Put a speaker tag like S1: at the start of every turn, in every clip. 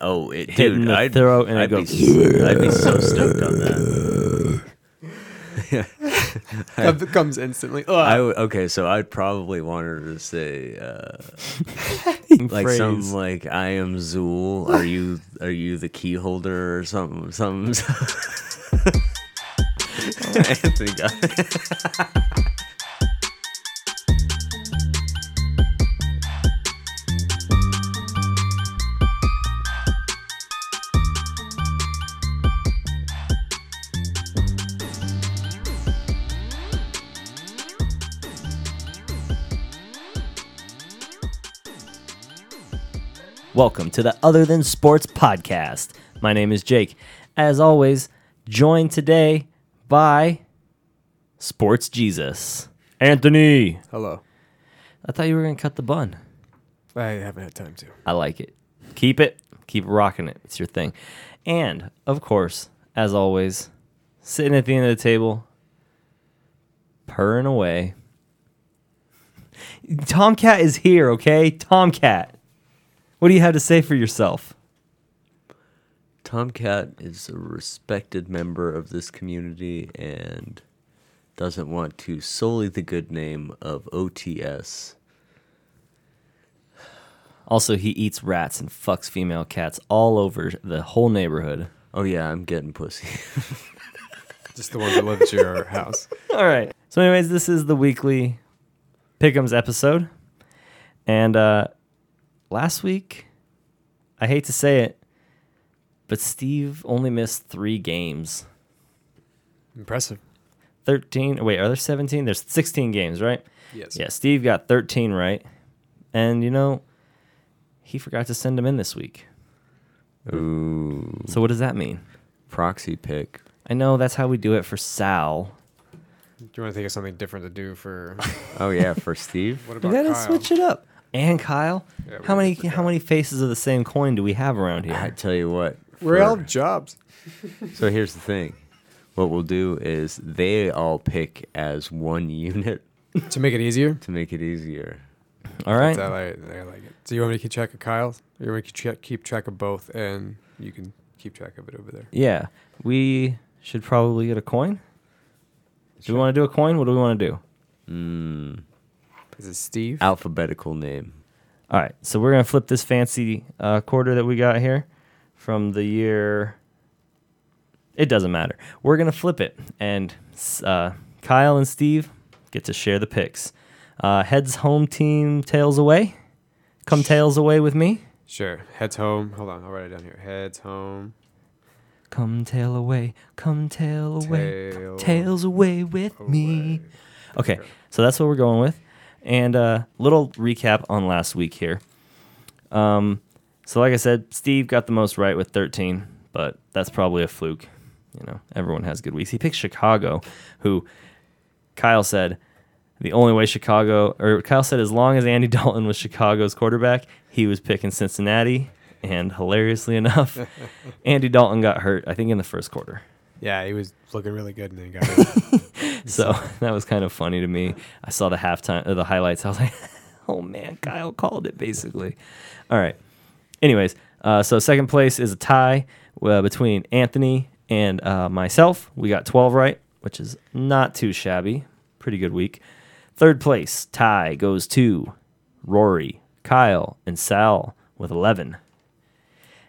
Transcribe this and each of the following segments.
S1: Oh, it,
S2: Hit in
S1: dude,
S2: the
S1: I'd,
S2: throat and it
S1: I'd, be,
S2: goes-
S1: I'd be so stoked on that.
S3: That comes instantly. Ugh.
S1: I would, okay, so I'd probably want her to say uh, like
S2: phrase.
S1: something like "I am Zool." Are you are you the key holder or something? Something. Anthony got
S2: Welcome to the Other Than Sports podcast. My name is Jake. As always, joined today by Sports Jesus. Anthony.
S3: Hello.
S2: I thought you were going to cut the bun.
S3: I haven't had time to.
S2: I like it. Keep it. Keep rocking it. It's your thing. And, of course, as always, sitting at the end of the table, purring away. Tomcat is here, okay? Tomcat. What do you have to say for yourself?
S1: Tomcat is a respected member of this community and doesn't want to sully the good name of OTS.
S2: Also, he eats rats and fucks female cats all over the whole neighborhood.
S1: Oh yeah, I'm getting pussy.
S3: Just the ones that live at your house.
S2: All right. So, anyways, this is the weekly Pick'ems episode, and uh, last week, I hate to say it, but Steve only missed three games.
S3: Impressive.
S2: Thirteen. Wait, are there seventeen? There's sixteen games, right?
S3: Yes.
S2: Yeah. Steve got thirteen right, and you know, he forgot to send them in this week.
S1: Ooh,
S2: So, what does that mean?
S1: proxy pick.
S2: I know that's how we do it for Sal.
S3: Do you want to think of something different to do for?
S1: Oh yeah, for Steve.
S3: What about
S2: We gotta
S3: Kyle?
S2: switch it up. And Kyle,
S3: Yeah, we
S2: how many
S3: gotta switch
S2: how many faces of the same coin do we have around
S1: I
S2: here?
S1: tell you what.
S3: We're
S1: for-
S3: all jobs.
S1: So here's the thing. What we'll do is they all pick as one unit
S3: To make it easier.
S1: to make it easier.
S2: All
S3: Is that
S2: right.
S3: like- I like it. So you want me to keep track of Kyle's? You want me to check, keep track of both, and you can keep track of it over there.
S2: Yeah, we should probably get a coin. Do we want to do a coin? What do we want to do?
S3: Is it Steve?
S1: Alphabetical name.
S2: All right, so we're gonna flip this fancy uh, quarter that we got here from the year. It doesn't matter. We're gonna flip it, and s- uh, Kyle and Steve get to share the picks. Uh, heads home team, tails away. Come tails away with me.
S3: Sure. Heads home. Hold on. I'll write it down here. Heads home.
S2: Come tail away, come tail away,
S3: Tail
S2: come tails away with me. Okay, so that's what we're going with. And uh, little recap on last week here. Um, so like I said, Steve got the most right with 13, but that's probably a fluke. You know, everyone has good weeks. He picked Chicago, who Kyle said the only way Chicago, or Kyle said as long as Andy Dalton was Chicago's quarterback, he was picking Cincinnati. And hilariously enough, Andy Dalton got hurt, I think, in the first quarter.
S3: Yeah, he was looking really good, and then he got it.
S2: So that was kind of funny to me. I saw the halftime, or the highlights. I was like, oh man, Kyle called it basically. All right. Anyways, uh, so second place is a tie uh, between Anthony and uh, myself. We got 12 right, which is not too shabby. Pretty good week. Third place tie goes to Rory, Kyle, and Sal with 11.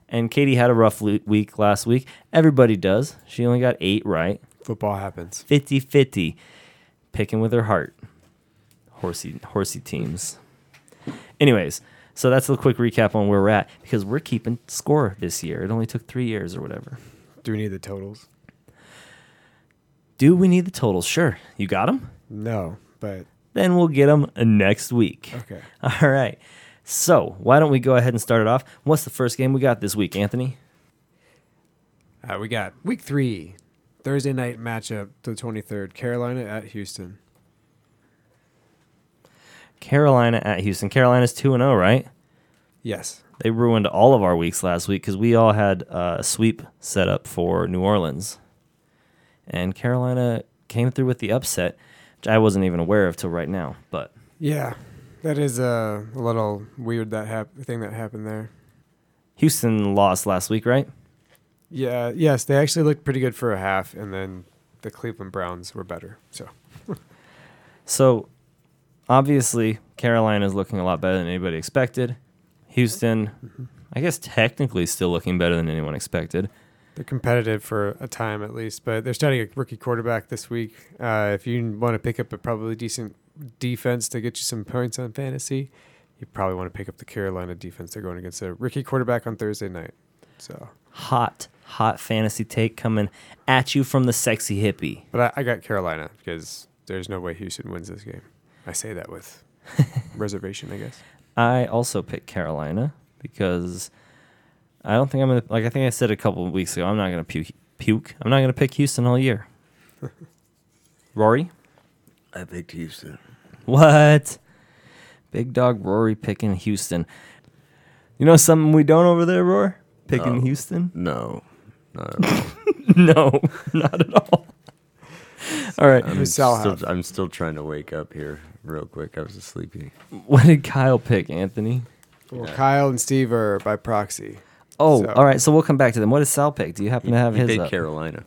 S2: And Katie had a rough le- week last week. Everybody does. She only got eight right.
S3: Football happens.
S2: 50 50 picking with her heart horsey horsey teams anyways so that's a quick recap on where we're at because we're keeping score this year it only took three years or whatever
S3: Do we need the totals?
S2: do we need the totals sure you got them
S3: No, but
S2: then we'll get them next week
S3: okay.
S2: all right so why don't we go ahead and start it off what's the first game we got this week anthony
S3: Uh, we got week three, Thursday night matchup, the 23rd, Carolina at Houston.
S2: carolina at houston carolina's 2-0 right
S3: Yes.
S2: they ruined all of our weeks last week because we all had uh, a sweep set up for New Orleans, and Carolina came through with the upset, which I wasn't even aware of till right now. But
S3: Yeah, that is uh, a little weird that hap- thing that happened there.
S2: Houston lost last week, right?
S3: Yeah. Yes, they actually looked pretty good for a half, and then the Cleveland Browns were better. So
S2: So obviously, Carolina is looking a lot better than anybody expected. Houston, I guess, technically still looking better than anyone expected.
S3: they're competitive for a time at least. But they're starting a rookie quarterback this week. Uh, if you want to pick up a probably decent defense to get you some points on fantasy, you probably want to pick up the Carolina defense. They're going against a rookie quarterback on Thursday night. So,
S2: Hot, hot fantasy take coming at you from the sexy hippie.
S3: but I, I got Carolina because there's no way Houston wins this game. I say that with reservation, I guess.
S2: I also picked Carolina because I don't think I'm gonna like I think I said a couple of weeks ago I'm not gonna puke puke I'm not gonna pick Houston all year. Rory,
S1: I picked Houston.
S2: what? Big dog Rory picking Houston. You know something we don't over there, Rory? Picking
S1: No.
S2: Houston?
S1: No, not at all.
S2: No, not at all. all right.
S1: I'm
S3: Sal
S1: still,
S3: have.
S1: I'm still trying to wake up here real quick. I was sleepy.
S2: What did Kyle pick, Anthony?
S3: Well, Kyle and Steve are by proxy.
S2: Oh,
S3: So-
S2: all right. So we'll come back to them. What did Sal pick? Do you happen to have
S1: he
S2: his?
S1: picked
S2: up?
S1: Carolina.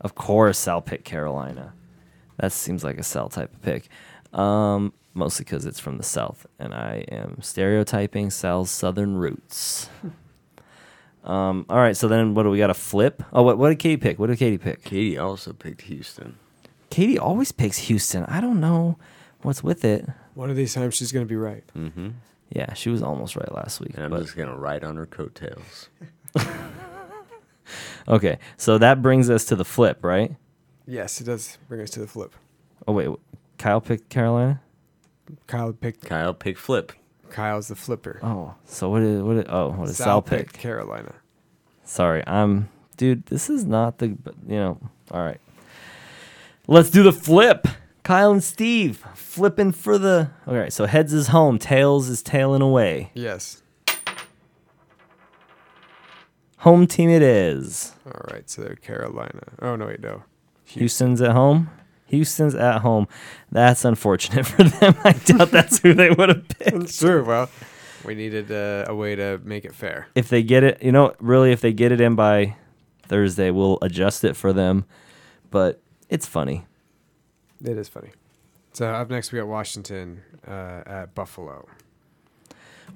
S2: Of course, I'll pick Carolina. That seems like a Sal type of pick. Um, mostly because it's from the South, and I am stereotyping Sal's Southern roots. Um, all right, so then what do we got? A flip? Oh, what, what did Katie pick? What did Katie pick?
S1: Katie also picked Houston.
S2: Katie always picks Houston. I don't know what's with it.
S3: One of these times she's going to be right.
S2: Yeah, she was almost right last week.
S1: Mm-hmm. And I'm
S2: but-
S1: just gonna ride on her coattails.
S2: okay, so that brings us to the flip, right?
S3: Yes, it does bring us to the flip.
S2: Oh, wait, Kyle picked Carolina?
S3: Kyle picked.
S1: Kyle picked Flip.
S3: Kyle's the flipper.
S2: Oh, so what did, what did, oh, what did Sal,
S3: picked
S2: pick?
S3: Carolina.
S2: Sorry, I'm dude. This is not the you know. All right, let's do the flip. Kyle and Steve flipping for the. All right, so heads is home, tails is tailing away.
S3: Yes.
S2: Home team it is.
S3: All right, so Carolina. Oh no, wait, no.
S2: Houston's at home. Houston's at home. That's unfortunate for them. I doubt that's who they would have picked.
S3: Sure. Well, we needed uh, a way to make it fair.
S2: If they get it, you know, really, if they get it in by Thursday, we'll adjust it for them. But it's funny.
S3: It is funny. So up next we got Washington uh, at Buffalo.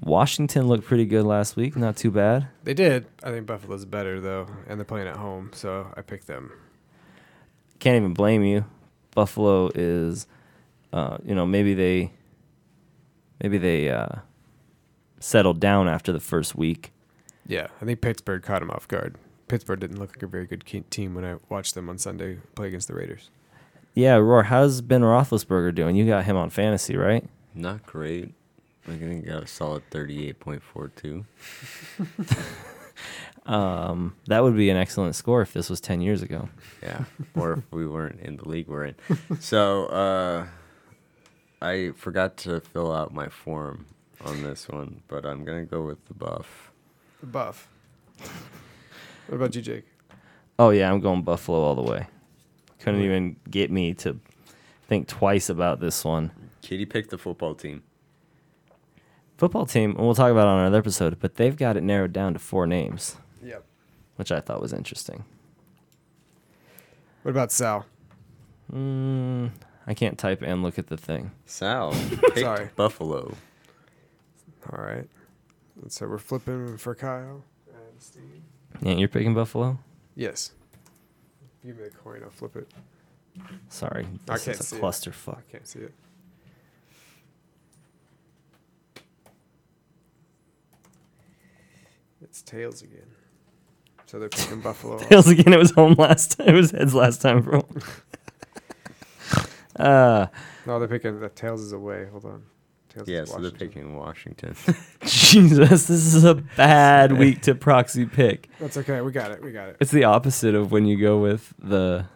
S2: Washington looked pretty good last week. Not too bad.
S3: They did. I think Buffalo's better though, and they're playing at home, so I picked them.
S2: can't even blame you. Buffalo is, uh, you know, maybe they, maybe they uh, settled down after the first week.
S3: Yeah, I think Pittsburgh caught him off guard. Pittsburgh didn't look like a very good ke- team when I watched them on Sunday play against the Raiders.
S2: Yeah, Roar, how's Ben Roethlisberger doing? You got him on fantasy, right?
S1: Not great. I think I got a solid 38.42.
S2: Um, that would be an excellent score if this was ten years ago.
S1: Yeah, or if we weren't in the league we're in. So uh, I forgot to fill out my form on this one, but I'm gonna go with the buff.
S3: The buff. What about you, Jake?
S2: Oh yeah, I'm going Buffalo all the way. Couldn't even get me to think twice about this one.
S1: Katie picked the football team.
S2: Football team, and we'll talk about it on another episode, but they've got it narrowed down to four names,
S3: Yep.
S2: which I thought was interesting.
S3: What about Sal?
S2: Mm, I can't type and look at the thing.
S1: Sal picked
S3: Sorry.
S1: Buffalo.
S3: All right. So we're flipping for Kyle and Steve.
S2: Yeah, you're picking Buffalo.
S3: Yes. Give me the coin. I'll flip it.
S2: Sorry,
S3: I
S2: this
S3: can't
S2: is
S3: see
S2: a
S3: it.
S2: clusterfuck.
S3: I can't see it. It's tails again. So they're picking Buffalo. off.
S2: Tails again. It was home last time. It was heads last time, bro. uh,
S3: No, they're picking the tails is away. Hold on. Tails
S1: Yeah,
S3: is
S1: so they're
S3: Washington.
S1: picking Washington.
S2: Jesus, this is a bad week to proxy pick.
S3: That's okay. We got it. We got it.
S2: It's the opposite of when you go with the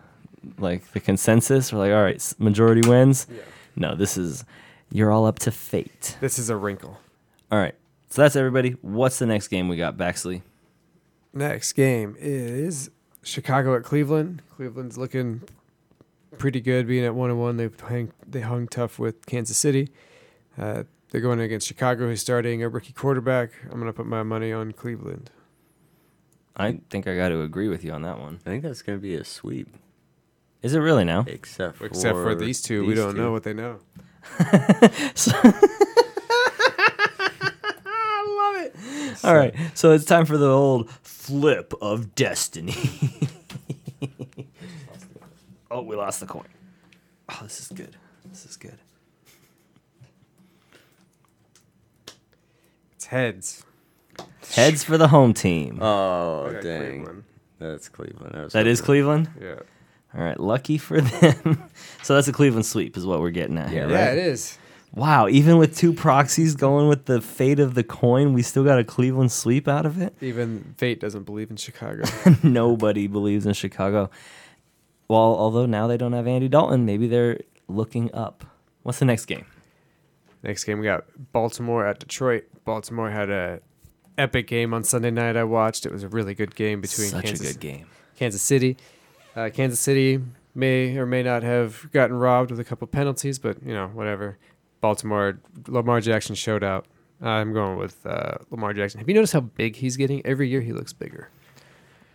S2: like the consensus. We're like, all right, s- majority wins.
S3: Yeah.
S2: No, this is you're all up to fate.
S3: This is a wrinkle.
S2: All right, so that's everybody. What's the next game we got, Baxley?
S3: Next game is Chicago at Cleveland. Cleveland's looking pretty good, being at one and one. They hung they hung tough with Kansas City. Uh, They're going against Chicago, who's starting a rookie quarterback. I'm going to put my money on Cleveland.
S2: I think I got to agree with you on that one.
S1: I think that's gonna be a sweep,
S2: Is it really now?
S1: except for
S3: Except for these two, we
S1: these
S3: don't
S1: two.
S3: know what they know.
S2: All right, so it's time for the old flip of destiny. oh, we lost the coin. Oh, this is good. This is good.
S3: It's heads.
S2: Heads for the home team.
S1: Oh
S3: I got
S1: dang,
S3: Cleveland.
S1: that's Cleveland. I was
S2: that is
S1: hoping-
S2: Cleveland.
S3: Yeah.
S2: All right, lucky for them. so that's a Cleveland sweep, is what we're getting at here,
S1: Yeah,
S2: right?
S3: Yeah, it is.
S2: Wow, even with two proxies going with the fate of the coin, we still got a Cleveland sweep out of it.
S3: Even fate doesn't believe in Chicago.
S2: Nobody believes in Chicago. Well, although now they don't have Andy Dalton, maybe they're looking up. What's the next game?
S3: Next game, we got Baltimore at Detroit. Baltimore had a epic game on Sunday night. I watched. It was a really good game between
S2: Such
S3: Kansas,
S2: a good game.
S3: Kansas City. Uh, Kansas City may or may not have gotten robbed with a couple penalties, but you know whatever. Baltimore, Lamar Jackson showed out. I'm going with uh, Lamar Jackson. Have you noticed how big he's getting? Every year he looks bigger.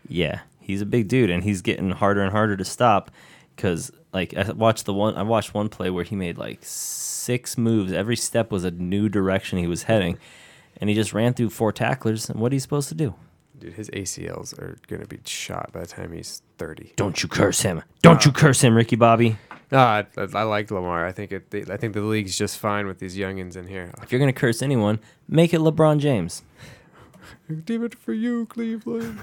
S2: Yeah, he's a big dude, and he's getting harder and harder to stop. Because like I watched the one, I watched one play where he made like six moves. Every step was a new direction he was heading, and he just ran through four tacklers. And what are you supposed to do?
S3: Dude, his ACLs are gonna be shot by the time he's 30.
S2: Don't you curse him! Don't you curse him, Ricky Bobby!
S3: No, Ah, I, I I like Lamar. I think it. the- I think the league's just fine with these youngins in here.
S2: If you're gonna curse anyone, make it LeBron James.
S3: Damn it for you, Cleveland.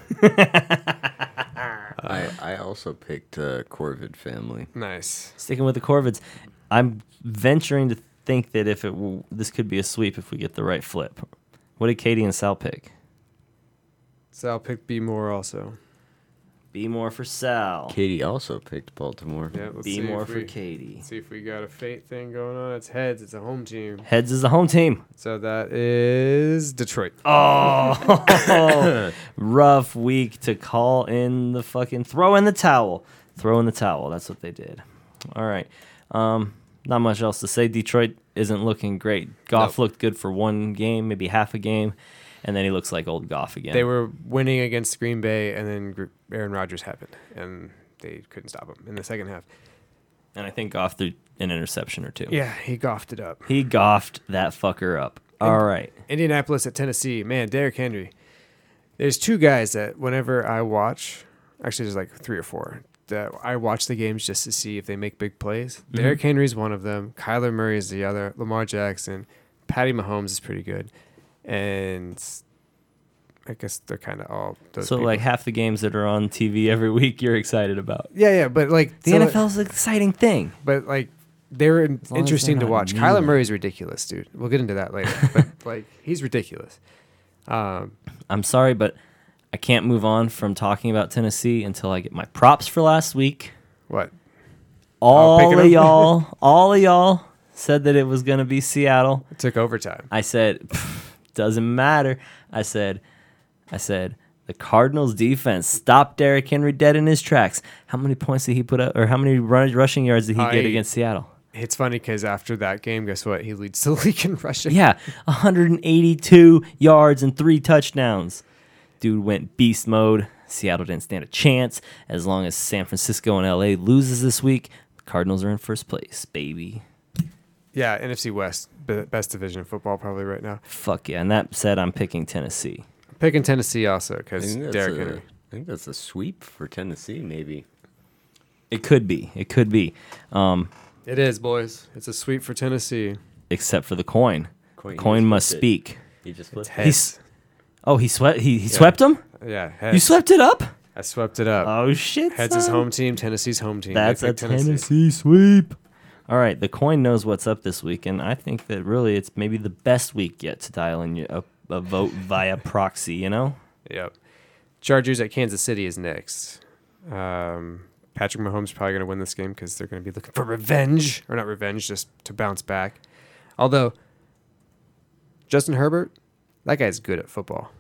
S1: I I also picked uh, Corvid family.
S3: Nice.
S2: Sticking with the Corvids, I'm venturing to think that if it w- this could be a sweep if we get the right flip. What did Katie and Sal pick?
S3: Sal picked B Moore also.
S2: Be more for Sal.
S1: Katie also picked Baltimore.
S3: Yeah, let's
S2: Be
S3: see
S2: more
S3: if
S2: for
S3: we,
S2: Katie.
S3: See if we got a fate thing going on. It's heads. It's a home team.
S2: Heads is the home team.
S3: So that is Detroit.
S2: Oh, rough week to call in the fucking throw in the towel. Throw in the towel. That's what they did. All right. Um, not much else to say. Detroit isn't looking great. Goff looked good for one game, maybe half a game, and then he looks like old Goff again.
S3: They were winning against Green Bay, and then Gr- Aaron Rodgers happened, and they couldn't stop him in the second half.
S2: and I think Goff threw an interception or two.
S3: Yeah, he goffed it up.
S2: He goffed that fucker up. All right.
S3: Indianapolis at Tennessee. Man, Derrick Henry. There's two guys that whenever I watch, actually there's like three or four that I watch the games just to see if they make big plays.
S2: Mm-hmm.
S3: Derrick Henry's one of them. Kyler Murray is the other. Lamar Jackson, Patty Mahomes is pretty good, and I guess they're kind of all those.
S2: So,
S3: people.
S2: like half the games that are on TV every week, you're excited about.
S3: yeah, yeah, but like
S2: The
S3: so-
S2: NFL's an exciting thing.
S3: but like they're in-
S2: they're
S3: interesting to
S2: not
S3: watch.
S2: mean.
S3: Kyler Murray's ridiculous, dude. We'll get into that later, but like he's ridiculous. Um,
S2: I'm sorry, but I can't move on from talking about Tennessee until I get my props for last week.
S3: what? pick
S2: All
S3: it
S2: of
S3: up.
S2: y'all, all of y'all said that it was going to be Seattle.
S3: Took overtime.
S2: I said, "Pff, doesn't matter. I said, I said, the Cardinals defense stopped Derrick Henry dead in his tracks. How many points did he put up, or how many run, rushing yards did he
S3: I-
S2: get against Seattle?
S3: It's funny because after that game, guess what? He leads the league in rushing.
S2: Yeah, 182 yards and three touchdowns. Dude went beast mode. Seattle didn't stand a chance. As long as San Francisco and LA loses this week, the Cardinals are in first place, baby.
S3: Yeah, NFC West, b- best division of football probably right now.
S2: Fuck yeah. And that said, I'm picking Tennessee.
S3: Picking Tennessee also
S1: I
S3: because
S1: think, that's
S3: Derrick
S1: a,
S3: Henry.
S1: I think that's a sweep for Tennessee, maybe.
S2: It could be. It could be. Um,
S3: It is, boys. It's a sweep for Tennessee.
S2: except for the coin.
S1: Coin, he
S2: the coin
S1: just
S2: must
S1: flipped it.
S2: speak.
S1: He just flipped.
S3: Heads.
S2: He's- Oh, he swept. He, he swept him.
S3: yeah,
S2: You
S3: heads.
S2: swept it up.
S3: I swept it up.
S2: Oh shit!
S3: heads is
S2: son.
S3: home team. Tennessee's home team. They
S2: That's a
S3: picked
S2: Tennessee. sweep. All right, the coin knows what's up this week, and I think that really it's maybe the best week yet to dial in a, a vote via proxy. You know,
S3: Yep. Chargers at Kansas City is next. Um, Patrick Mahomes is probably going to win this game because they're going to be looking for revenge, or not revenge, just to bounce back. Although Justin Herbert, that guy's good at football.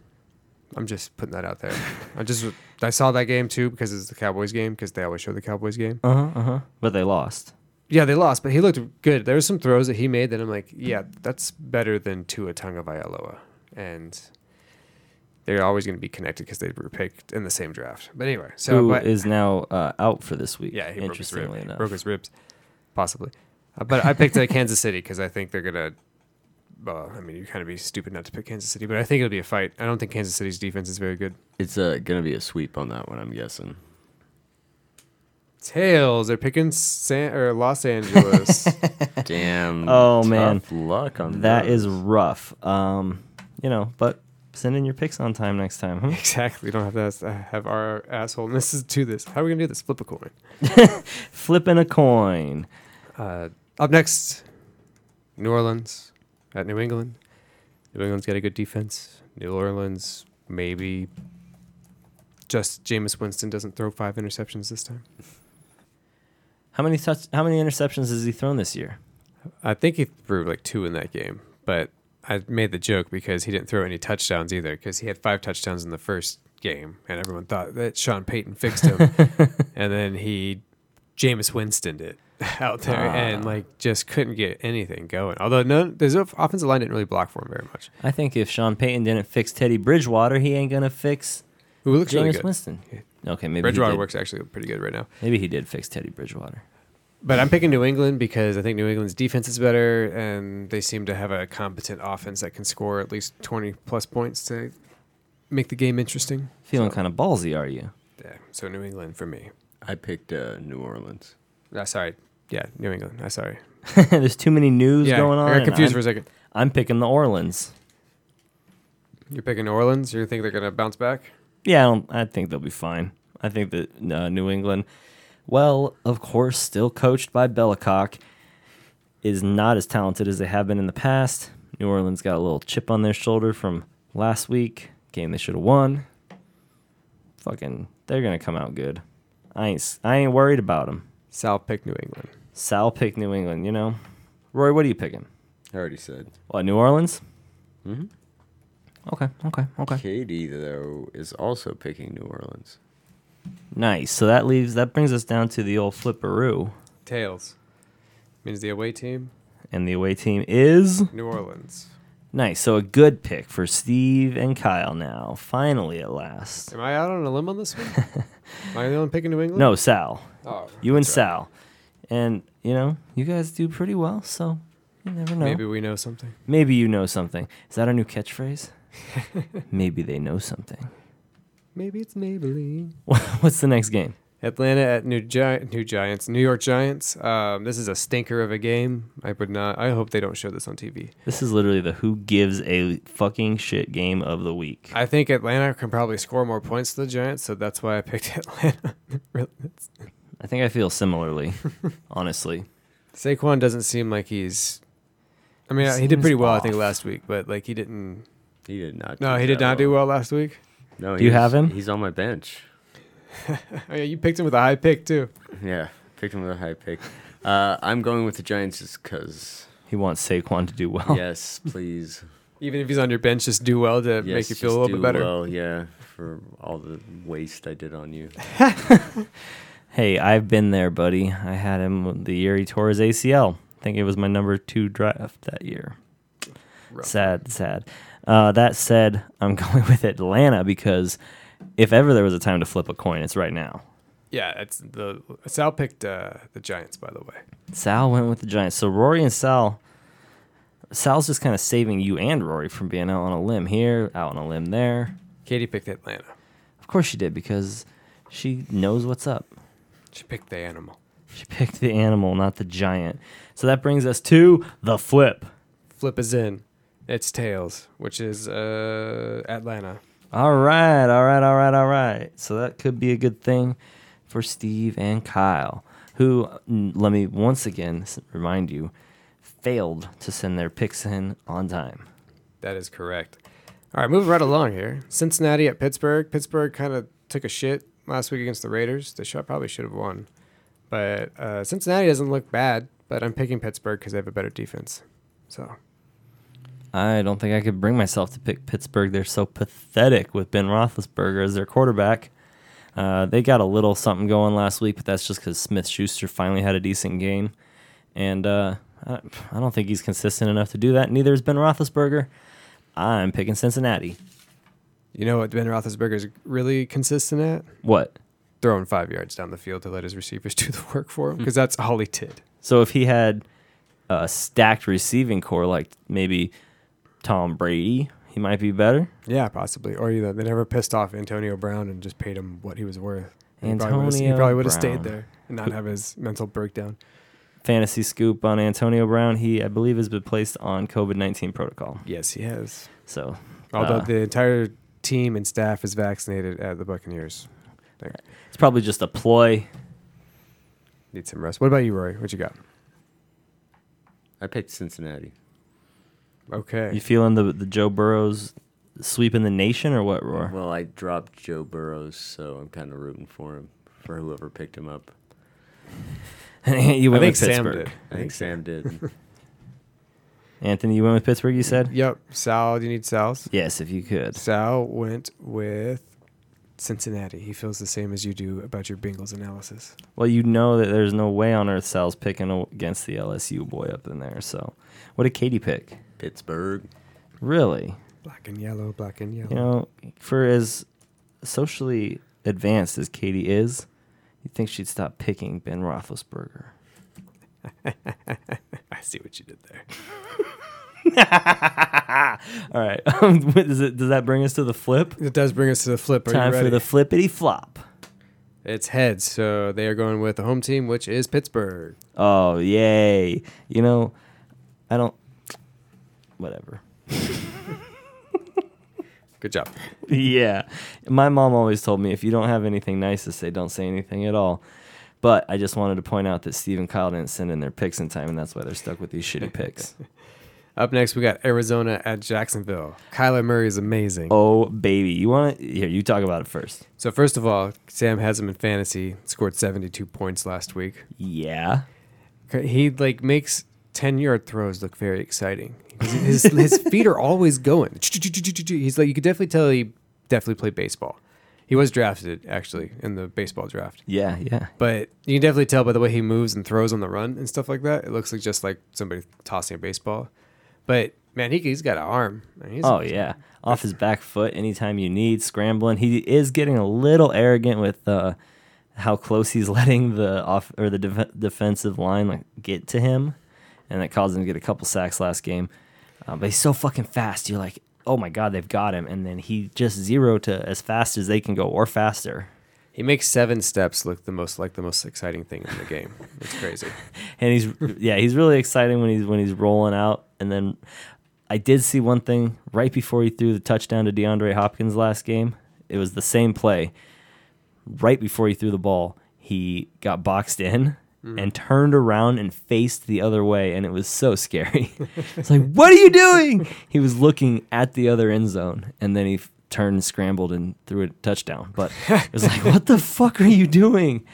S3: I'm just putting that out there. I just I saw that game too because it's the Cowboys game because they always show the Cowboys game.
S2: uh huh, uh huh. But they lost.
S3: yeah, they lost, but he looked good. There were some throws that he made that I'm like, yeah, that's better than Tua Tagovailoa, and they're always going to be connected because they were picked in the same draft. But anyway, so
S2: who
S3: but,
S2: is now uh, out for this week.
S3: yeah, he broke his,
S2: interestingly
S3: rib,
S2: enough.
S3: broke his ribs, possibly. Uh, but I picked uh, Kansas City because I think they're gonna. Well, I mean, you'd kind of be stupid not to pick Kansas City, but I think it'll be a fight. I don't think Kansas City's defense is very good.
S1: It's uh, gonna be a sweep on that one, I'm guessing.
S3: Tails, they're picking San or Los Angeles.
S1: Damn.
S2: Oh, man.
S1: tough luck on
S2: That
S1: those.
S2: is rough. Um, you know, but send in your picks on time next time. huh?
S3: exactly. We don't have to ask- have our assholeness to this. How are we gonna do this? Flip a coin.
S2: Flipping a coin.
S3: Uh, up next, New Orleans at New England. New England's got a good defense. New Orleans, maybe just Jameis Winston doesn't throw five interceptions this time.
S2: How many touch? How many interceptions has he thrown this year?
S3: I think he threw like two in that game, but I made the joke because he didn't throw any touchdowns either because he had five touchdowns in the first game, and everyone thought that Sean Payton fixed him, and then he Jameis Winston it out there
S2: Ah.
S3: and like just couldn't get anything going. Although none, his off- offensive line didn't really block for him very much.
S2: I think if Sean Payton didn't fix Teddy Bridgewater, he ain't gonna fix
S3: Who looks really
S2: James
S3: good.
S2: Winston. Okay, maybe he
S3: Bridgewater
S2: did.
S3: works actually pretty good right now.
S2: Maybe he did fix Teddy Bridgewater.
S3: But I'm picking New England because I think New England's defense is better, and they seem to have a competent offense that can score at least 20 plus points to make the game interesting.
S2: Feeling kind of ballsy, are you?
S3: Yeah, so New England for me.
S1: I picked uh, New Orleans.
S3: Uh, sorry. Yeah, New England. I sorry.
S2: There's too many news
S3: yeah,
S2: going on.
S3: I got
S2: and
S3: confused
S2: I'm,
S3: for a second.
S2: I'm picking the Orleans.
S3: You're picking New Orleans. You think they're gonna bounce back?
S2: Yeah, I, don't, I think they'll be fine. I think that uh, New England, well, of course, still coached by Bellicock, is not as talented as they have been in the past. New Orleans got a little chip on their shoulder from last week, game they should have won. Fucking, they're gonna come out good. I ain't, s- I ain't worried about them.
S3: Sal pick New England.
S2: Sal picked New England, you know. Roy, what are you picking?
S1: I already said.
S2: What, New Orleans? Mm-hmm. Okay, okay, okay.
S1: Katie though is also picking New Orleans.
S2: Nice. So that leaves that brings us down to the old flipperoo,
S3: Tails means the away team.
S2: and the away team is
S3: New Orleans.
S2: nice. So a good pick for Steve and Kyle now, finally at last.
S3: Am I out on a limb on this one? Am I the only picking New England?
S2: No, Sal,
S3: Oh,
S2: you and
S3: that's right.
S2: Sal, and you know you guys do pretty well. So you never know.
S3: Maybe
S2: Maybe,
S3: we know something.
S2: you know something. Is that our new catchphrase? Maybe they know something.
S3: Maybe it's Maybelline.
S2: What's the next game?
S3: Atlanta at New Gi- New Giants, New York Giants. Um, this is a stinker of a game. I would not. I hope they don't show this on TV.
S2: This is literally the who gives a fucking shit game of the week.
S3: I think Atlanta can probably score more points than the Giants, so that's why I picked Atlanta. Really, it's-
S2: I think I feel similarly, honestly.
S3: Saquon doesn't seem like he's. I mean, he did
S2: Seems
S3: pretty well, I
S2: off.
S3: think, last week, but like he didn't.
S1: He did not.
S3: No,
S1: do
S3: he did
S1: that
S3: not do well last week.
S1: No,
S2: Do you
S1: he's-
S2: have him?
S1: He's on my bench.
S3: Oh yeah, you picked him with a high pick too.
S1: Yeah, picked him with a high pick. Uh, I'm going with the Giants just because.
S2: He wants Saquon to do well.
S1: Yes, please.
S3: Even if he's on your bench, just do well to
S1: Yes,
S3: make you feel a
S1: just
S3: little bit
S1: do
S3: better.
S1: Well, yeah, for all the waste I did on you.
S2: Hey, I've been there, buddy. I had him the year he tore his ACL. I think it was my number two draft that year.
S3: Rough.
S2: Sad, sad. Uh, that said, I'm going with Atlanta because if ever there was a time to flip a coin, it's right now.
S3: Yeah, it's the Sal picked uh, the Giants, by the way.
S2: Sal went with the Giants. So Rory and Sal, Sal's just kind of saving you and Rory from being out on a limb here, out on a limb there.
S3: Katie picked Atlanta.
S2: Of course she did because she knows what's up.
S3: She picked the animal.
S2: She picked the animal, not the giant. So that brings us to the flip.
S3: Flip is in. It's tails, which is uh, Atlanta.
S2: All right, all right, all right, all right. So that could be a good thing for Steve and Kyle, who, n- let me once again s- remind you, failed to send their picks in on time.
S3: That is correct. All right, moving right along here. Cincinnati at Pittsburgh. Pittsburgh kind of took a shit last week against the Raiders. They should, probably should have won, but uh, Cincinnati doesn't look bad. But I'm picking Pittsburgh because they have a better defense. So
S2: I don't think I could bring myself to pick Pittsburgh. They're so pathetic with Ben Roethlisberger as their quarterback. Uh, they got a little something going last week, but that's just because Smith Schuster finally had a decent game. And uh, I I don't think he's consistent enough to do that. Neither is Ben Roethlisberger. I'm picking Cincinnati.
S3: You know what Ben Roethlisberger's really consistent at?
S2: What?
S3: Throwing five yards down the field to let his receivers do the work for him because that's all he did.
S2: So if he had a stacked receiving core like maybe Tom Brady, he might be better.
S3: Yeah, possibly. Or you know, they never pissed off Antonio Brown and just paid him what he was worth. He probably would've-
S2: Antonio
S3: he probably would have
S2: Brown.
S3: stayed there and not have his mental breakdown.
S2: Fantasy scoop on Antonio Brown. He, I believe, has been placed on COVID 19 protocol.
S3: Yes, he has.
S2: So
S3: Although
S2: Uh,
S3: the entire team and staff is vaccinated at the Buccaneers.
S2: it's probably just a ploy.
S3: Need some rest. What about you, Rory? What you got?
S1: I picked Cincinnati.
S3: Okay.
S2: You feeling the, the Joe Burrows sweeping the nation or what, Roar?
S1: Well, I dropped Joe Burrows, so I'm kind of rooting for him, for whoever picked him up.
S2: you went with Pittsburgh.
S1: I think Sam did.
S2: Anthony, you went with Pittsburgh, you said?
S3: Yep. Sal, do you need Sal's?
S2: Yes, if you could.
S3: Sal went with Cincinnati. He feels the same as you do about your Bengals analysis.
S2: Well, you know that there's no way on earth Sal's picking a- against the LSU boy up in there. So, what did Katie pick?
S1: Pittsburgh.
S2: Really?
S3: Black and yellow, black and yellow.
S2: You know, for as socially advanced as Katie is, you'd think she'd stop picking Ben Roethlisberger.
S3: I see what you did there.
S2: All right. Um, what does, it, does that bring us to the flip?
S3: It does bring us to the flip. Are
S2: Time
S3: you ready?
S2: for the flippity flop.
S3: it's heads, so they are going with the home team, which is Pittsburgh.
S2: Oh, yay. You know, I don't. Whatever.
S3: Good job.
S2: yeah. My mom always told me if you don't have anything nice to say, don't say anything at all. But I just wanted to point out that Steve and Kyle didn't send in their picks in time, and that's why they're stuck with these shitty picks.
S3: Up next, we got Arizona at Jacksonville. Kyler Murray is amazing.
S2: Oh, baby. You want to? Here, you talk about it first.
S3: So first of all, Sam has him in fantasy. Scored seventy-two points last week.
S2: Yeah.
S3: He like makes ten-yard throws look very exciting. His, his feet are always going. He's like you could definitely tell he definitely played baseball. He was drafted actually in the baseball draft,
S2: Yeah, yeah.
S3: but you can definitely tell by the way he moves and throws on the run and stuff like that. It looks like just like somebody tossing a baseball. But man, he, he's got an arm. I mean, he's-
S2: Oh, yeah. Off his back foot anytime you need, scrambling. He is getting a little arrogant with uh, how close he's letting the off or the def- defensive line like get to him, and that caused him to get a couple sacks last game. Um, but he's so fucking fast. You're like, oh my god, they've got him, and then he just zero to as fast as they can go or faster.
S3: he makes seven steps look the most like the most exciting thing in the game. It's crazy.
S2: and he's yeah he's really exciting when he's when he's rolling out and then i did see one thing right before he threw the touchdown to deandre hopkins last game it was the same play right before he threw the ball he got boxed in and turned around and faced the other way and it was so scary it's like what are you doing he was looking at the other end zone and then he f- turned scrambled and threw a touchdown but it was like what the fuck are you doing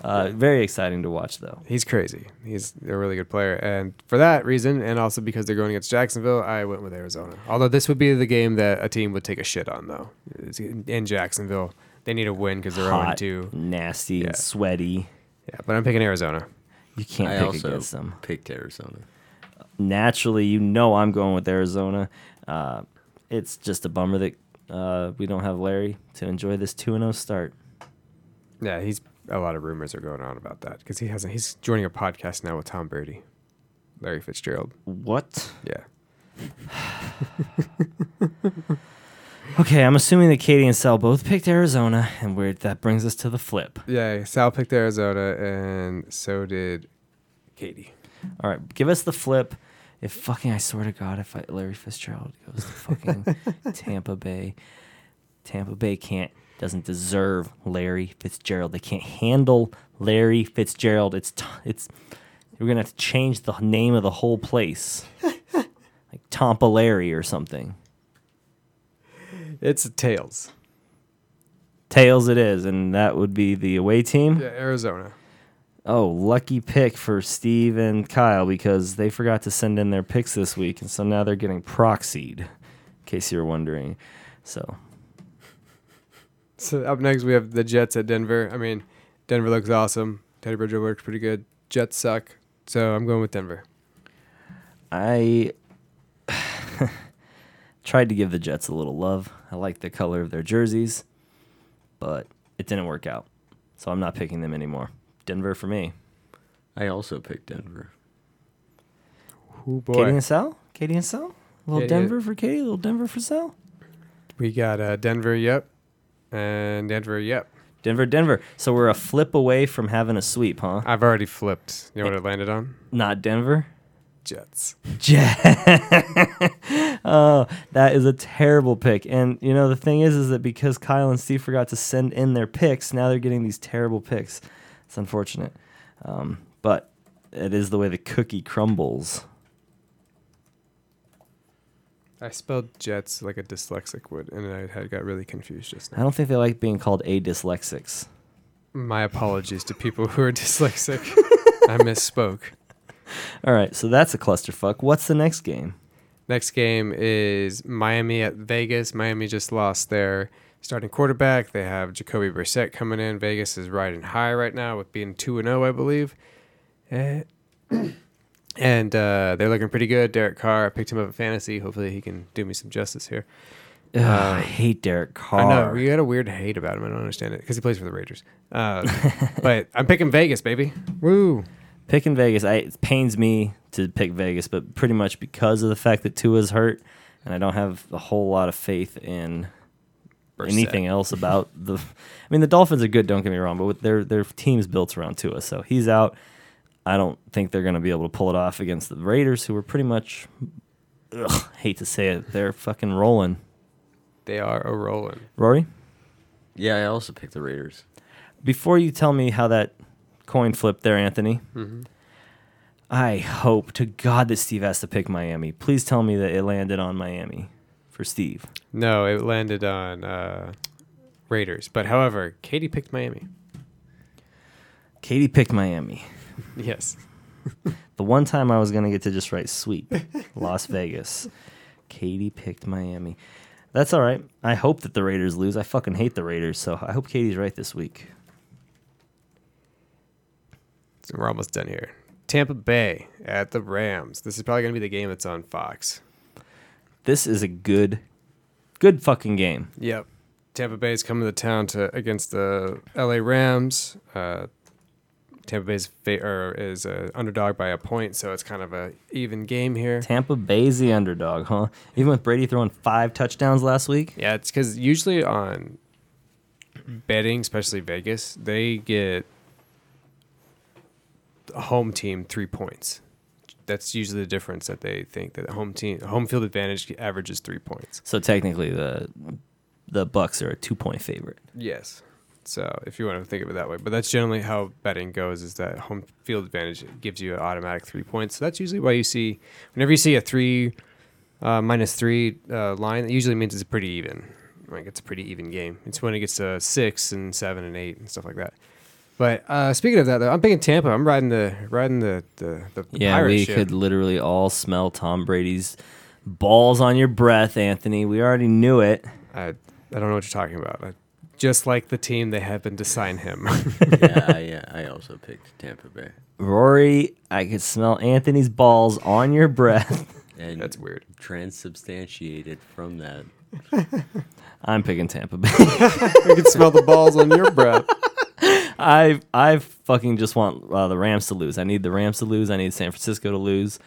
S2: uh, very exciting to watch though
S3: He's crazy. He's a really good player. And for that reason, and also because they're going against Jacksonville, I went with Arizona. Although this would be the game that a team would take a shit on, though. It's in in Jacksonville, they need a win because they're on
S2: hot,
S3: two.
S2: nasty,
S3: Yeah.
S2: and sweaty.
S3: Yeah, but I'm picking Arizona.
S2: You can't
S1: I
S2: pick
S1: also
S2: against them.
S1: picked Arizona.
S2: Naturally, you know I'm going with Arizona. Uh, it's just a bummer that uh, we don't have Larry to enjoy this 2 0 start.
S3: Yeah, he's a lot of rumors are going on about that because he hasn't. He's joining a podcast now with Tom Brady, Larry Fitzgerald.
S2: What?
S3: Yeah,
S2: Okay, I'm assuming that Katie and Sal both picked Arizona, and weird that brings us to the flip.
S3: yeah. Sal picked Arizona, and so did Katie.
S2: All right, give us the flip. If fucking, I swear to God, if I, Larry Fitzgerald goes to fucking Tampa Bay, Tampa Bay can't doesn't deserve Larry Fitzgerald. They can't handle Larry Fitzgerald. It's t- it's we're gonna have to change the name of the whole place, like Tampa Larry or something.
S3: It's tails.
S2: Tails it is, and that would be the away team.
S3: Yeah, Arizona.
S2: Oh, lucky pick for Steve and Kyle because they forgot to send in their picks this week, and so now they're getting proxied. In case you were wondering, so
S3: So up next we have the Jets at Denver. I mean, Denver looks awesome. Teddy Bridger works pretty good. Jets suck. So I'm going with Denver.
S2: I tried to give the Jets a little love. I like the color of their jerseys, but it didn't work out. So I'm not picking them anymore. Denver for me.
S1: I also picked Denver.
S3: Oh
S2: Katie
S3: boy,
S2: and Sal? Katie and Sal? A little
S3: Yeah, yeah.
S2: Denver for Katie, a little Denver for Sal?
S3: we got uh, Denver. Yep, and Denver. Yep.
S2: Denver, Denver. So we're a flip away from having a sweep, huh?
S3: I've already flipped. You know what it landed on?
S2: Not Denver.
S3: Jets.
S2: Jet. oh, that is a terrible pick. And you know the thing is, is that because Kyle and Steve forgot to send in their picks, now they're getting these terrible picks. It's unfortunate, um, but it is the way the cookie crumbles.
S3: I spelled Jets like a dyslexic would, and I had got really confused just
S2: I
S3: now.
S2: don't think they like being called a dyslexics.
S3: My apologies to people who are dyslexic. I misspoke.
S2: All right, so that's a clusterfuck. What's the next game?
S3: Next game is Miami at Vegas. Miami just lost their starting quarterback. They have Jacoby Brissett coming in. Vegas is riding high right now with being 2 and 0, I believe. Eh. And uh, they're looking pretty good. Derek Carr, I picked him up at fantasy. Hopefully, he can do me some justice here.
S2: Ugh, I hate Derek Carr.
S3: I know we got a weird hate about him. I don't understand it because he plays for the Raiders. Uh, but I'm picking Vegas, baby. Woo!
S2: Picking Vegas, I, it pains me to pick Vegas, but pretty much because of the fact that Tua's hurt, and I don't have a whole lot of faith in anything else about the. I mean, the Dolphins are good. Don't get me wrong, but with their their team's built around Tua, so he's out. I don't think they're going to be able to pull it off against the Raiders, who are pretty much. Ugh, hate to say it, they're fucking rolling.
S3: They are a rolling.
S2: Rory,
S1: Yeah, I also picked the Raiders.
S2: before you tell me how that coin flipped there, Anthony,
S3: Mm-hmm.
S2: I hope to God that Steve has to pick Miami. Please tell me that it landed on Miami for Steve.
S3: No, it landed on uh, Raiders. But however, Katie picked Miami.
S2: Katie picked Miami.
S3: Yes.
S2: The one time I was going to get to just write sweep, Las Vegas. Katie picked Miami. That's all right. I hope that the Raiders lose. I fucking hate the Raiders, so I hope Katie's right this week.
S3: So we're almost done here. Tampa Bay at the Rams. This is probably going to be the game that's on Fox.
S2: This is a good, good fucking game.
S3: Yep. Tampa Bay's coming to town to against the LA Rams. Uh, Tampa Bay's fa- or is uh, underdog by a point, so it's kind of a even game here.
S2: Tampa Bay's the underdog, huh? Even with Brady throwing five touchdowns last week.
S3: Yeah, it's because usually on betting, especially Vegas, they get the home team three points. That's usually the difference that they think that home team home field advantage averages three points.
S2: So technically, the the Bucks are a two point favorite.
S3: Yes. So if you want to think of it that way, but that's generally how betting goes: is that home field advantage gives you an automatic three points. So that's usually why you see whenever you see a three uh, minus three uh, line, that usually means it's pretty even. Like it's a pretty even game. It's when it gets to six and seven and eight and stuff like that. But uh, speaking of that, though, I'm picking Tampa. I'm riding the riding the the, the
S2: Yeah,
S3: pirate
S2: we
S3: ship.
S2: could literally all smell Tom Brady's balls on your breath, Anthony. We already knew it.
S3: I I don't know what you're talking about. I, just like the team they happened to sign him.
S1: yeah, I, yeah, I also picked Tampa Bay.
S2: Rory, I could smell Anthony's balls on your breath.
S1: And
S3: that's weird.
S1: Transubstantiated from that.
S2: I'm picking Tampa Bay.
S3: You can smell the balls on your breath.
S2: I I fucking just want uh, the Rams to lose. I need the Rams to lose. I need San Francisco to lose.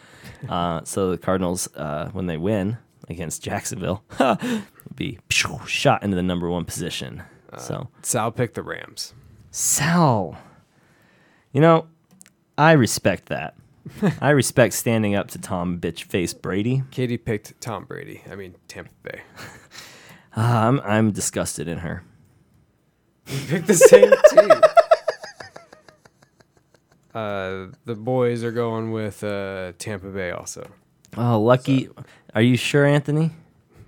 S2: Uh, so the Cardinals, uh, when they win against Jacksonville, would be phew, shot into the number one position. so
S3: Sal picked the Rams.
S2: Sal, you know, I respect that. I respect standing up to Tom bitch face Brady.
S3: Katie picked Tom Brady. I mean Tampa Bay.
S2: Uh, I'm I'm disgusted in her.
S3: Picked the same team. Uh, the boys are going with uh, Tampa Bay also.
S2: Oh, lucky. Are you sure, Anthony?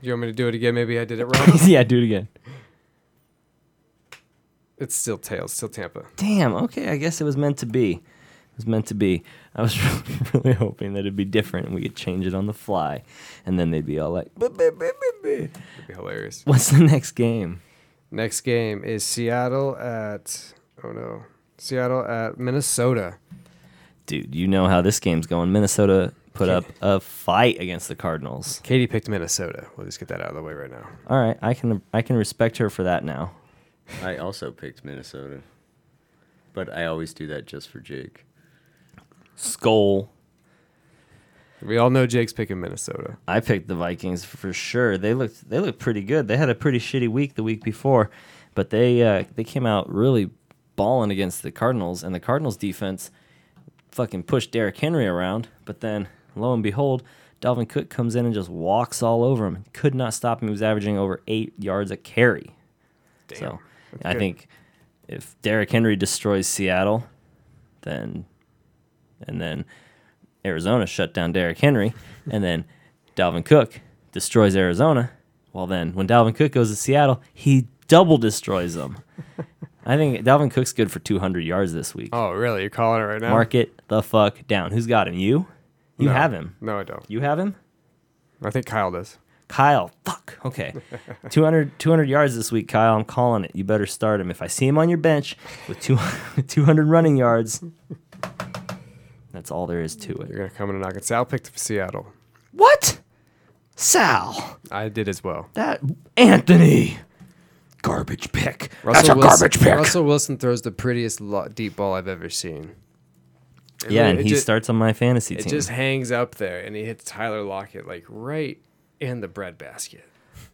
S3: You want me to do it again? Maybe I did it wrong.
S2: yeah, do it again.
S3: it's still tails, still Tampa.
S2: damn, okay, I guess it was meant to be. It was meant to be. I was really hoping that it'd be different and we could change it on the fly. And then they'd be all like, "Buh, buh, buh, buh, buh."
S3: That'd be hilarious.
S2: what's the next game?
S3: Next game is Seattle at oh no, Seattle at Minnesota.
S2: dude, you know how this game's going. Minnesota put up a fight against the Cardinals.
S3: Katie picked Minnesota. We'll just get that out of the way right now.
S2: All right, I can I can respect her for that now.
S1: I also picked Minnesota, but I always do that just for Jake.
S2: Skull.
S3: We all know Jake's picking Minnesota.
S2: I picked the Vikings for sure. They looked they looked pretty good. They had a pretty shitty week the week before, but they uh, they came out really balling against the Cardinals, and the Cardinals defense fucking pushed Derrick Henry around. But then lo and behold, Dalvin Cook comes in and just walks all over him. Could not stop him. He was averaging over eight yards a carry. so I
S3: good.
S2: think if Derrick Henry destroys Seattle, then and then Arizona shut down Derrick Henry, and then Dalvin Cook destroys Arizona. Well, then when Dalvin Cook goes to Seattle, he double destroys them. I think Dalvin Cook's good for 200 yards this week.
S3: Oh, really? You're calling it right now?
S2: Mark it the fuck down. Who's got him? You? You
S3: No.
S2: have him.
S3: No, I don't.
S2: You have him?
S3: I think Kyle does.
S2: Kyle, fuck. Okay. 200, 200 yards this week, Kyle. I'm calling it. You better start him. If I see him on your bench with two, 200 running yards, that's all there is to it.
S3: You're gonna come in and knock it. Sal picked Seattle.
S2: What? Sal.
S3: I did as well.
S2: That Anthony. Garbage pick. That's a
S3: Wilson,
S2: garbage pick.
S3: Russell Wilson throws the prettiest lo- deep ball I've ever seen. It
S2: yeah,
S3: really-
S2: and
S3: it
S2: he
S3: ju-
S2: starts on my fantasy
S3: It
S2: team.
S3: just hangs up there, and he hits Tyler Lockett like right in the breadbasket.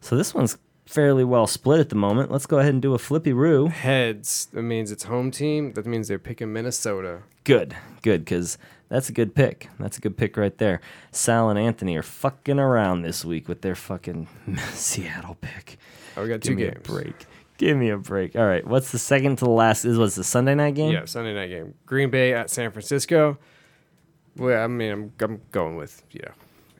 S2: so this one's fairly well split at the moment. Let's go ahead and do a flippy roo.
S3: Heads. That means it's home team. That means they're picking Minnesota.
S2: Good, good, because that's a good pick. That's a good pick right there. Sal and Anthony are fucking around this week with their fucking Seattle pick.
S3: Oh, we got two
S2: Give me
S3: games.
S2: a break. Give me a break. All right, what's the second to the last? Is what's the Sunday night game?
S3: Yeah, Sunday night game. Green Bay at San Francisco. Well, I mean, I'm, I'm going with you know,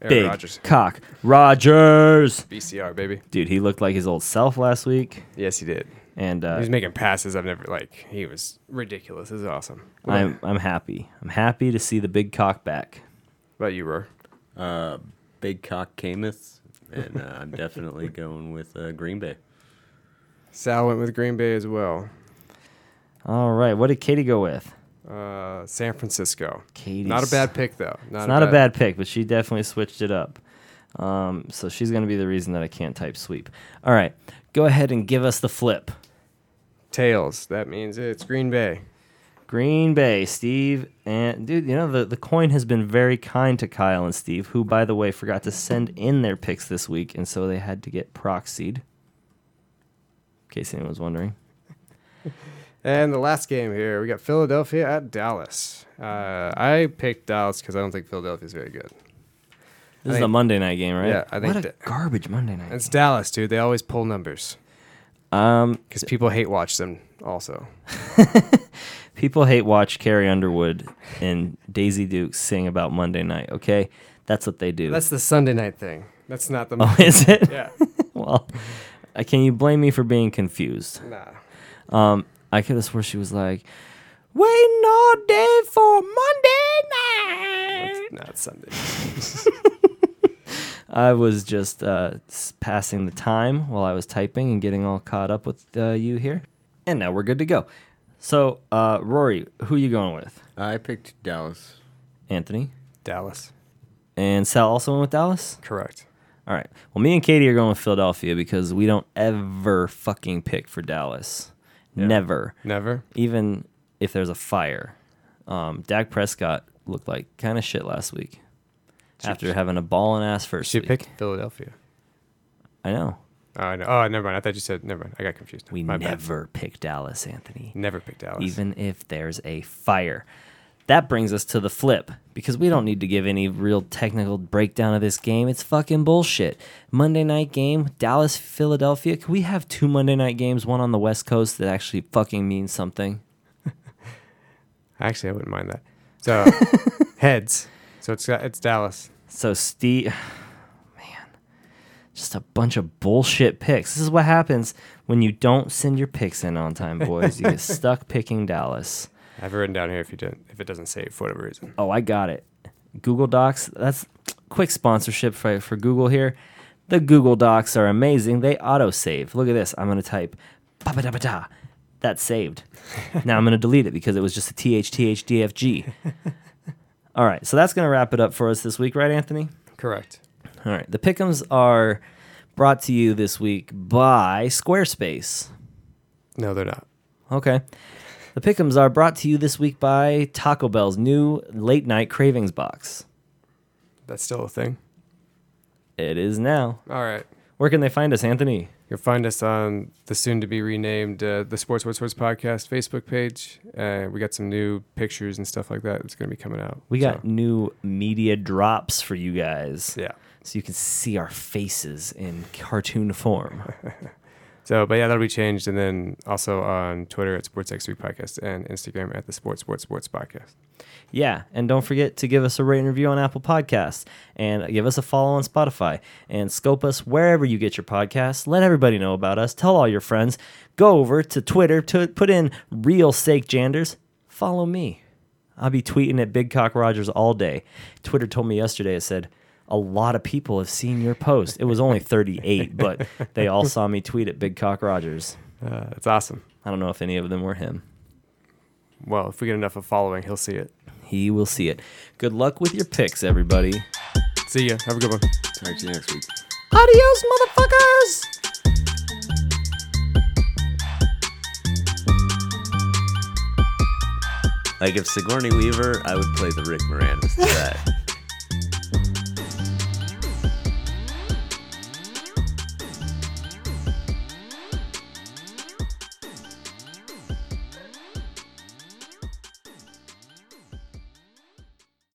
S3: Aaron
S2: Big
S3: Rodgers,
S2: cock Rogers.
S3: BCR baby.
S2: Dude, he looked like his old self last week,
S3: Yes, he did.
S2: and
S3: He
S2: uh,
S3: was making passes I've never like. He was ridiculous. It was awesome. What
S2: I'm I'm happy. I'm happy to see the big cock back.
S3: about you, Roar?
S1: Uh, Big cock Cameth, and uh, I'm definitely going with uh, Green Bay.
S3: Sal went with Green Bay as well.
S2: All right, what did Katie go with?
S3: Uh, San Francisco.
S2: Katie,
S3: Not a bad pick though. Not
S2: It's not a bad pick, but she definitely switched it up. Um, so she's going to be the reason that I can't type sweep. All right, go ahead and give us the flip.
S3: tails. That means it's Green Bay.
S2: Green Bay, Steve, and dude, you know the, the coin has been very kind to Kyle and Steve, who by the way forgot to send in their picks this week, and so they had to get proxied. In case anyone was wondering,
S3: And the last game here, we got Philadelphia at Dallas. Uh, I picked Dallas because I don't think Philadelphia's very good.
S2: this
S3: I
S2: is a
S3: think-
S2: Monday night game, right?
S3: Yeah, I think
S2: what a
S3: that-
S2: garbage Monday night.
S3: It's Dallas, dude. They always pull numbers
S2: Um,
S3: because people hate watch them. Also,
S2: People hate watch Carrie Underwood and Daisy Duke sing about Monday night, okay? That's what they do.
S3: that's the Sunday night thing. That's not the.
S2: oh, is it?
S3: yeah.
S2: well, uh, can you blame me for being confused?
S3: Nah.
S2: Um, I could have swore she was like, waiting all day for Monday night.
S3: It's not Sunday.
S2: I was just uh, s- passing the time while I was typing and getting all caught up with uh, you here. And now we're good to go. So, uh, Rory, who you going with?
S1: I picked Dallas.
S2: Anthony?
S3: Dallas.
S2: And Sal also went with Dallas?
S3: Correct.
S2: All right. Well, me and Katie are going with Philadelphia because we don't ever fucking pick for Dallas. Never.
S3: Never.
S2: Even if there's a fire. Um, Dak Prescott looked like kind of shit last week after having a ball and ass first
S3: She
S2: week.
S3: picked Philalia.
S2: I know.
S3: Oh, I know. Oh, never mind. I thought you said never mind. I got confused.
S2: We
S3: My bad.
S2: never pick Dallas, Anthony.
S3: never picked Dallas.
S2: even if there's a fire. That brings us to the flip because we don't need to give any real technical breakdown of this game. It's fucking bullshit. Monday night game, Dallas, Philadelphia. Can we have two Monday night games, one on the West Coast that actually fucking means something?
S3: Actually, I wouldn't mind that. So heads. So it's uh, it's Dallas.
S2: So, Steve, man, just a bunch of bullshit picks. This is what happens when you don't send your picks in on time, boys. You get stuck picking Dallas.
S3: I have it written down here if you didn't. If it doesn't save for whatever reason.
S2: Oh, I got it. Google Docs. That's quick sponsorship for, for Google here. The Google Docs are amazing. They autosave. Look at this. I'm going to type ba-ba-da-ba-da. Oh. That's saved. now I'm going to delete it because it was just a TH, TH, DFG. All right, so that's going to wrap it up for us this week, right, Anthony?
S3: Correct.
S2: All right, the pickums are brought to you this week by Squarespace.
S3: No, they're not.
S2: Okay. The pickums are brought to you this week by Taco Bell's new late night cravings box.
S3: That's still a thing.
S2: It is now.
S3: All right.
S2: Where can they find us, Anthony?
S3: You'll find us on the soon to be renamed uh, the Sports Sports Sports Podcast Facebook page. Uh, we got some new pictures and stuff like that that's going to be coming out.
S2: We got
S3: So,
S2: new media drops for you guys.
S3: yeah.
S2: So you can see our faces in cartoon form.
S3: So, but yeah, that'll be changed. And then also on Twitter at SportsX3 Podcast and Instagram at the Sports Sports Sports Podcast.
S2: Yeah, and don't forget to give us a rate and review on Apple Podcasts and give us a follow on Spotify and scope us wherever you get your podcasts. Let everybody know about us. Tell all your friends. Go over to Twitter to put in real sake janders. Follow me. I'll be tweeting at Big Cock Rogers all day. Twitter told me yesterday it said a lot of people have seen your post. It was only 38, but they all saw me tweet at Big Cock Rogers.
S3: Uh, it's awesome.
S2: I don't know if any of them were him.
S3: Well, if we get enough of following, he'll see it.
S2: He will see it. Good luck with your picks, everybody.
S3: See ya. Have a good one.
S1: Talk to you next week.
S2: Adios, motherfuckers!
S1: Like if Sigourney Weaver, I would play the Rick Moranis to that.